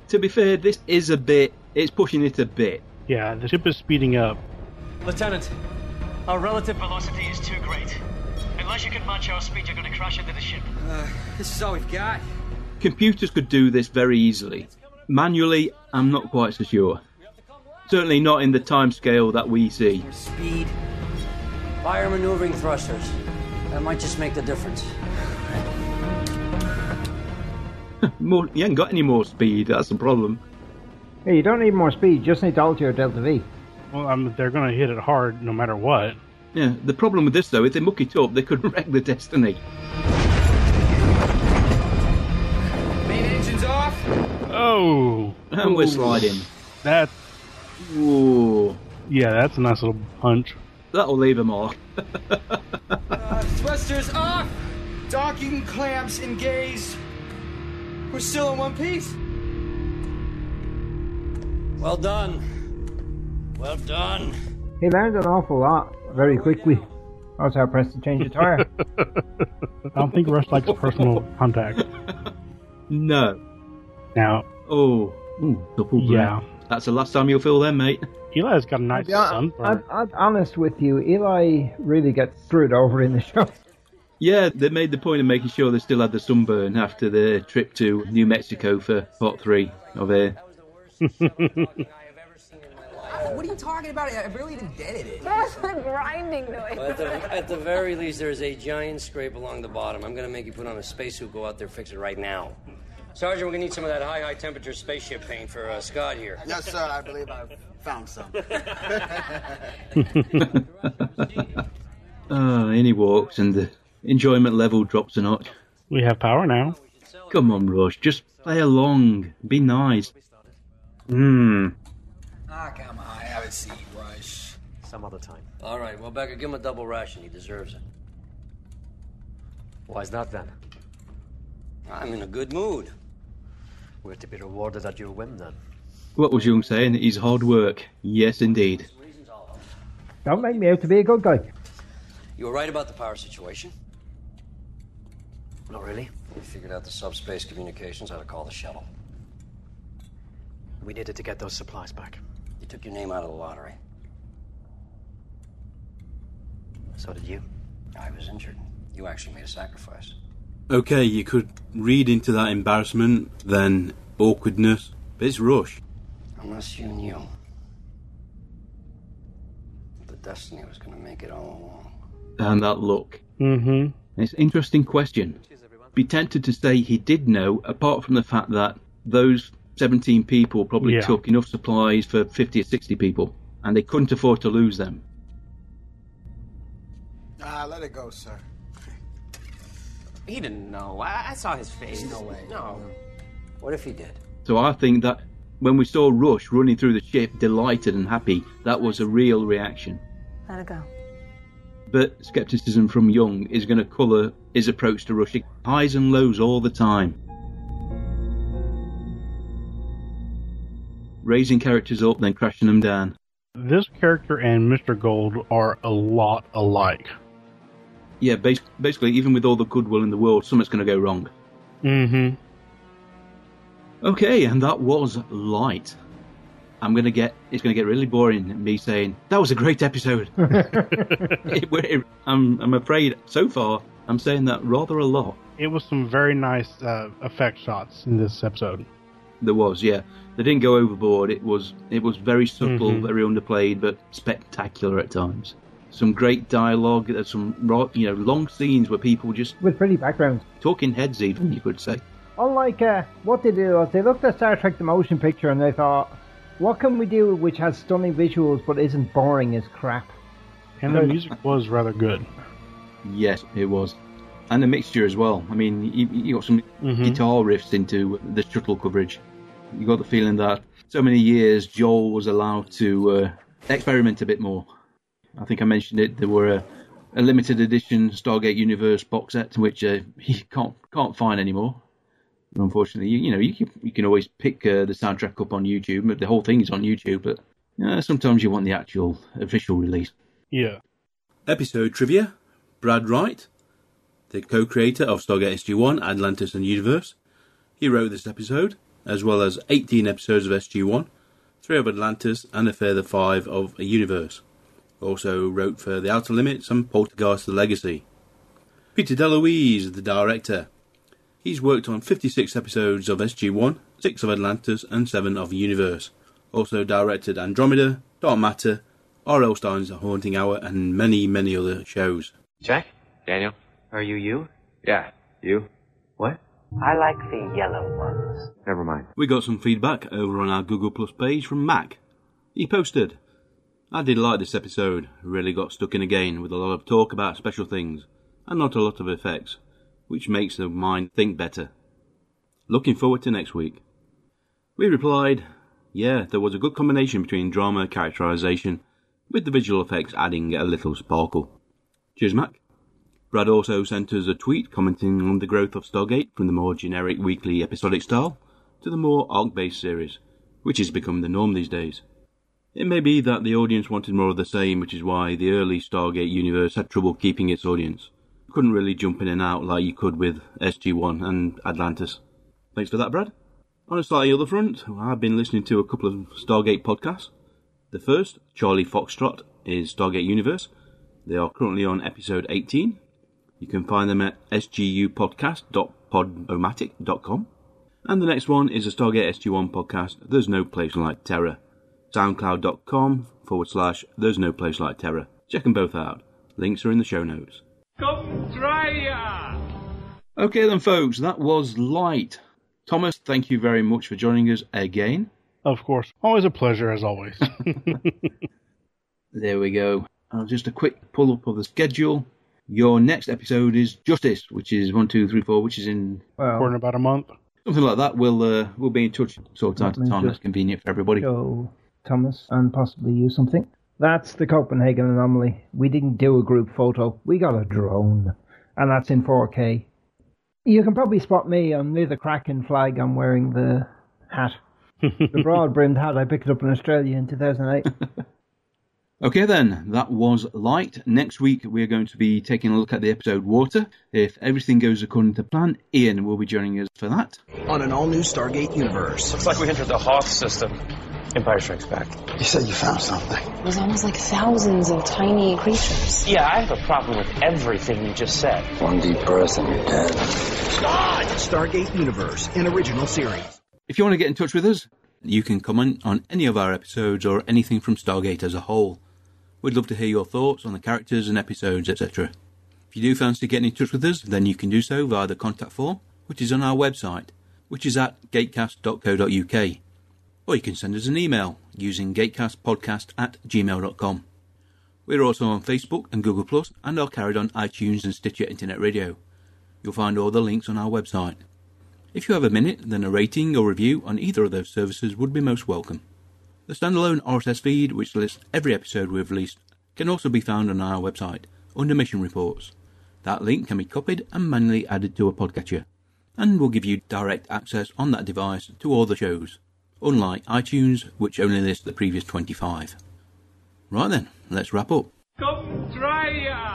A: to be fair, this is a bit. It's pushing it a bit.
H: Yeah, the ship is speeding up.
B: Lieutenant, our relative
D: velocity is too great. Unless you can match our speed, you're gonna crash into the ship.
T: Uh, this is all we've got.
A: Computers could do this very easily. Manually, I'm not quite so sure. Certainly not in the time scale that we see.
N: Speed. Fire maneuvering thrusters. That might just make the difference.
A: More, you ain't got any more speed, that's the problem.
G: Hey, you don't need more speed, you just need to alter your delta V.
H: Well, I mean, they're going to hit it hard no matter what.
A: Yeah, the problem with this though, if they muck it up, they could wreck the Destiny.
T: Main engine's off.
H: Oh!
A: And we're sliding.
H: That's.
A: Ooh.
H: Yeah, that's a nice little punch.
A: That'll leave a mark.
T: Uh, thrusters off. Docking clamps engaged. We're still in one piece.
N: Well done. Well done.
G: He learned an awful lot very quickly. Also, I pressed to change the tire.
H: I don't think Rush likes personal contact.
A: No.
H: Now,
A: Oh. Ooh, double
H: Yeah.
A: breath. That's the last time you'll feel them, mate.
H: Eli's got a nice
G: Yeah,
H: sunburn.
G: I'm, I'm honest with you, Eli really gets screwed over in the show.
A: Yeah, they made the point of making sure they still had the sunburn after their trip to New Mexico for part three of here.
D: What are you talking about? I barely even dented it.
J: That's a grinding noise.
N: Well, at, the, at the very least, there's a giant scrape along the bottom. I'm going to make you put on a spacesuit, go out there, fix it right now. Sergeant, we're going to need some of that high, high temperature spaceship paint for uh, Scott here.
L: Yes, sir. I believe I've found some.
A: Ah, in he walks, and the enjoyment level drops a notch.
H: we have power now.
A: Come on, Rush, just play along. Be nice. Hmm.
T: Ah, come on. Have a seat, Rush.
B: some other time.
N: All right, well, Becca, give him a double ration. He deserves it.
B: Why's that then?
N: I'm in a good mood.
B: We're to be rewarded at your whim then.
A: What was Jung saying? It's hard work. Yes, indeed.
G: Don't make me out to be a good guy.
N: You were right about the power situation.
B: Not really.
N: We figured out the subspace communications, how to call the shuttle.
B: We needed to get those supplies back.
N: You took your name out of the lottery.
B: So did you.
N: I was injured. You actually made a sacrifice.
I: Okay, you could read into that embarrassment, then awkwardness. But it's Rush.
N: Unless you knew the destiny was going to make it all along.
A: And that look.
H: Mm-hmm.
A: It's an interesting question. Be tempted to say he did know, apart from the fact that those 17 people probably
H: Yeah.
A: took enough supplies for 50 or 60 people, and they couldn't afford to lose them.
L: Ah, let it go, sir.
U: He didn't know. I, I saw his face.
N: No way.
U: No.
N: What if he did?
A: So I think that when we saw Rush running through the ship, delighted and happy, that was a real reaction.
W: Let it go.
A: But skepticism from Young is going to colour his approach to Rush. Highs and lows all the time. Raising characters up, then crashing them down.
H: This character and Mr. Gold are a lot alike.
A: Yeah, bas- basically, even with all the goodwill in the world, something's going to go wrong.
H: Mm-hmm.
A: Okay, and that was light. I'm gonna get. It's gonna get really boring. Me saying that was a great episode. It- it- I'm, I'm afraid so far I'm saying that rather a lot.
H: It was some very nice uh, effect shots in this episode.
A: There was, yeah. They didn't go overboard. It was it was very subtle,
H: Mhm.
A: very underplayed, but spectacular at times. Some great dialogue. There's some ro- you know long scenes where people just
G: with pretty backgrounds,
A: talking heads even you could say.
G: Unlike uh, what they did was they looked at Star Trek the motion picture and they thought, what can we do which has stunning visuals but isn't boring as crap?
H: And the music was rather good.
A: Yes, it was. And the mixture as well. I mean, you, you got some guitar riffs into the shuttle coverage. You got the feeling that so many years Joel was allowed to uh, experiment a bit more. I think I mentioned it. There were a, a limited edition Stargate Universe box set, which uh, you can't can't find anymore. Unfortunately, you, you know you can, you can always pick uh, the soundtrack up on YouTube. but The whole thing is on YouTube, but uh, sometimes you want the actual official release.
H: Yeah.
I: Episode trivia Brad Wright, the co creator of Stargate SG 1, Atlantis and Universe. He wrote this episode, as well as 18 episodes of SG 1, 3 of Atlantis, and a further 5 of a Universe. Also wrote for The Outer Limits and Poltergeist The Legacy. Peter DeLuise, the director. He's worked on 56 episodes of SG 1, 6 of Atlantis, and 7 of Universe. Also directed Andromeda, Dark Matter, R.L. Stein's The Haunting Hour, and many, many other shows.
M: Jack? Daniel?
O: Are you you?
M: Yeah, you? What?
O: I like the yellow ones.
M: Never mind.
I: We got some feedback over on our Google Plus page from Mac. He posted, I did like this episode. Really got stuck in again with a lot of talk about special things and not a lot of effects, which makes the mind think better. Looking forward to next week. We replied, Yeah, there was a good combination between drama and characterization, with the visual effects adding a little sparkle. Cheers, Mac. Brad also sent us a tweet commenting on the growth of Stargate from the more generic weekly episodic style to the more arc based series, which has become the norm these days. It may be that the audience wanted more of the same, which is why the early Stargate universe had trouble keeping its audience. You couldn't really jump in and out like you could with SG1 and Atlantis. Thanks for that, Brad. On a slightly other front, I've been listening to a couple of Stargate podcasts. The first, Charlie Foxtrot, is Stargate Universe. They are currently on episode 18. You can find them at sgupodcast.podomatic.com. And the next one is a Stargate SG1 podcast, There's No Place Like Terror. Soundcloud.com forward slash There's No Place Like Terror. Check them both out. Links are in the show notes.
Q: Come try ya!
A: Okay, then, folks, that was light. Thomas, thank you very much for joining us again.
H: Of course. Always a pleasure, as always.
A: There we go. Uh, just a quick pull up of the schedule. Your next episode is Justice, which is one, two, three, four, which is in
H: For in about a month.
A: something like that. We'll uh, we'll be in touch sort of time to
G: Not
A: time.
G: me,
A: That's convenient for everybody.
G: Joe, Thomas, and possibly you something. That's the Copenhagen anomaly. We didn't do a group photo. We got a drone, and that's in 4K. You can probably spot me. I'm near the Kraken flag. I'm wearing the hat, the broad-brimmed hat I picked up in Australia in 2008.
A: Okay, then, that was Light. Next week, we're going to be taking a look at the episode Water. If everything goes according to plan, Ian will be joining us for that.
R: on an all new Stargate universe. Looks like we entered the Hoth system. Empire Strikes Back. You said you found something.
Q: It was almost like thousands of tiny creatures.
R: Yeah, I have a problem with everything you just said. One deep breath and you're dead. Stargate Universe, an original series.
A: If you want to get in touch with us, you can comment on any of our episodes or anything from Stargate as a whole. We'd love to hear your thoughts on the characters and episodes, etc. If you do fancy getting in touch with us, then you can do so via the contact form, which is on our website, which is at gatecast.co.uk. Or you can send us an email using gatecastpodcast at gmail.com. We're also on Facebook and Google Plus and are carried on iTunes and Stitcher Internet Radio. You'll find all the links on our website. If you have a minute, then a rating or review on either of those services would be most welcome. The standalone RSS feed, which lists every episode we have released, can also be found on our website under Mission Reports. That link can be copied and manually added to a podcatcher, and will give you direct access on that device to all the shows, unlike iTunes, which only lists the previous 25. Right then, let's wrap up.
Y: Come try ya!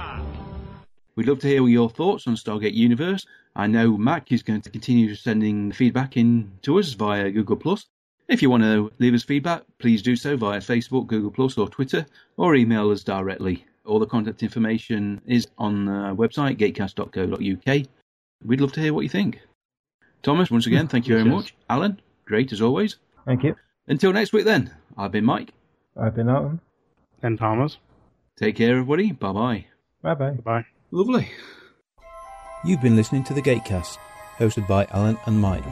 A: We'd love to hear your thoughts on Stargate Universe. I know Mac is going to continue sending feedback in to us via Google Plus. If you want to leave us feedback, please do so via Facebook, Google Plus, or Twitter, or email us directly. All the contact information is on our website, gatecast.co.uk. We'd love to hear what you think. Thomas, once again, thank you very much. Alan, great as always.
G: Thank you.
A: Until next week, then, I've been Mike.
G: I've been Alan.
H: And Thomas.
A: Take care, everybody. Bye bye.
G: Bye bye.
H: Bye.
A: Lovely. You've been listening to The Gatecast, hosted by Alan and Mike.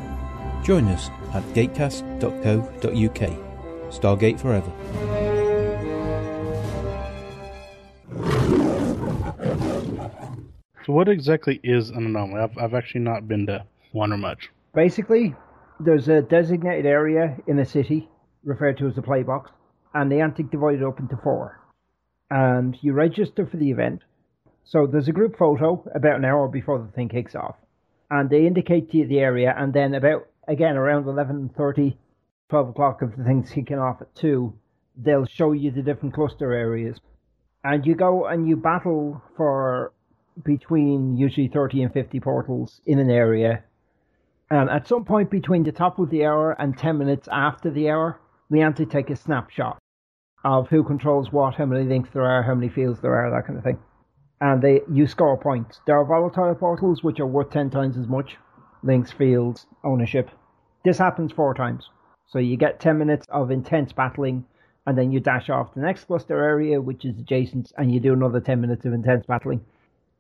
A: Join us at gatecast.co.uk. Stargate Forever.
H: So, what exactly is an anomaly? I've, I've actually not been to one or much.
G: Basically, there's a designated area in a city referred to as the play box, and the antique divided up into four. And you register for the event. So there's a group photo about an hour before the thing kicks off, and they indicate to you the area. And then about again around 11:30, 12 o'clock, if the thing's kicking off at two, they'll show you the different cluster areas, and you go and you battle for between usually 30 and 50 portals in an area. And Um, at some point between the top of the hour and 10 minutes after the hour, we have to take a snapshot of who controls what, how many links there are, how many fields there are, that kind of thing. And they you score points. There are volatile portals which are worth 10 times as much links, fields, ownership. This happens four times. So you get 10 minutes of intense battling, and then you dash off the next cluster area, which is adjacent, and you do another 10 minutes of intense battling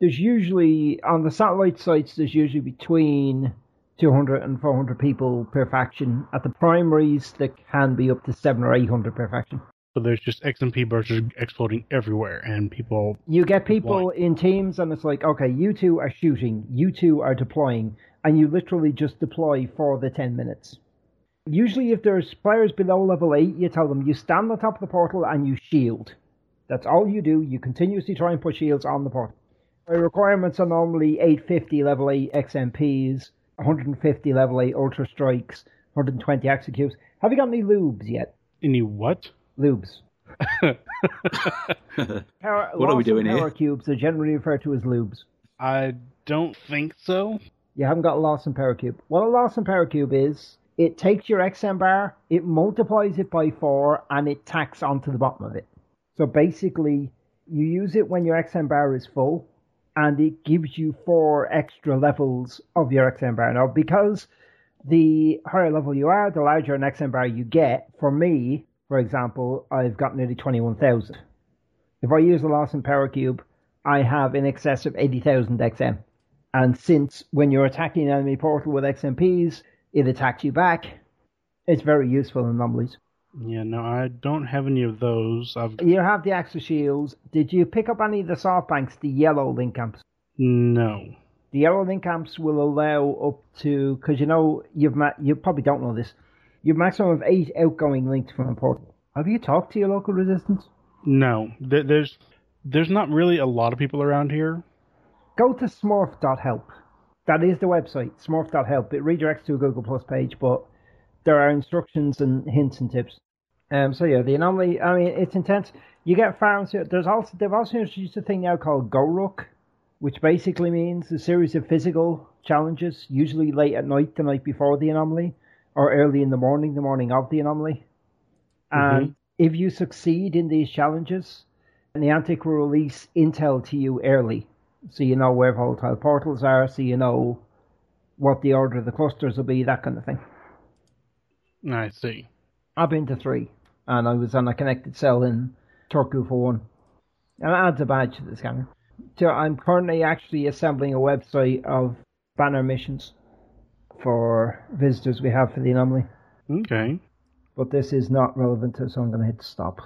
G: there's usually on the satellite sites there's usually between 200 and 400 people per faction at the primaries there can be up to 7 or 800 per faction
H: so there's just X and P bursts exploding everywhere, and people.
G: You get people deploying. in teams, and it's like, okay, you two are shooting, you two are deploying, and you literally just deploy for the 10 minutes. Usually, if there's players below level 8, you tell them you stand on top of the portal and you shield. That's all you do. You continuously try and put shields on the portal. My requirements are normally 850 level 8 XMPs, 150 level 8 Ultra Strikes, 120 Executes. Have you got any lubes yet?
H: Any what?
G: Lubes.
A: what
G: are
A: we doing
G: power
A: here?
G: cubes are generally referred to as lubes.
H: I don't think so.
G: You haven't got a loss and power cube. What a loss and power cube is, it takes your XM bar, it multiplies it by 4, and it tacks onto the bottom of it. So basically, you use it when your XM bar is full, and it gives you four extra levels of your XM bar. Now, because the higher level you are, the larger an XM bar you get. For me, for example, I've got nearly 21,000. If I use the Larsen Power Cube, I have in excess of 80,000 XM. And since when you're attacking an enemy portal with XMPs, it attacks you back, it's very useful in anomalies.
H: Yeah, no, I don't have any of those. I've
G: You have the Axe Shields. Did you pick up any of the softbanks, the yellow link amps?
H: no.
G: The yellow link amps will allow up to because you know you've ma- you probably don't know this. You've maximum of eight outgoing links from a portal. Have you talked to your local resistance?
H: No, There- there's there's not really a lot of people around here.
G: Go to smurf.help. That is the website, smurf.help. It redirects to a Google Plus page, but there are instructions and hints and tips. Um, so yeah, the anomaly. I mean, it's intense. You get farms. here. There's also they've also introduced a thing now called Goruk, which basically means a series of physical challenges, usually late at night, the night before the anomaly, or early in the morning, the morning of the anomaly. And
H: Mhm.
G: if you succeed in these challenges, Niantic will release intel to you early, so you know where volatile portals are, so you know what the order of the clusters will be, that kind of thing.
H: I see.
G: I've been to three, and I was on a connected cell in Turku for one. And it adds a badge to the scanner. So I'm currently actually assembling a website of banner missions for visitors we have for the anomaly.
H: Okay.
G: But this is not relevant, so I'm going to hit stop.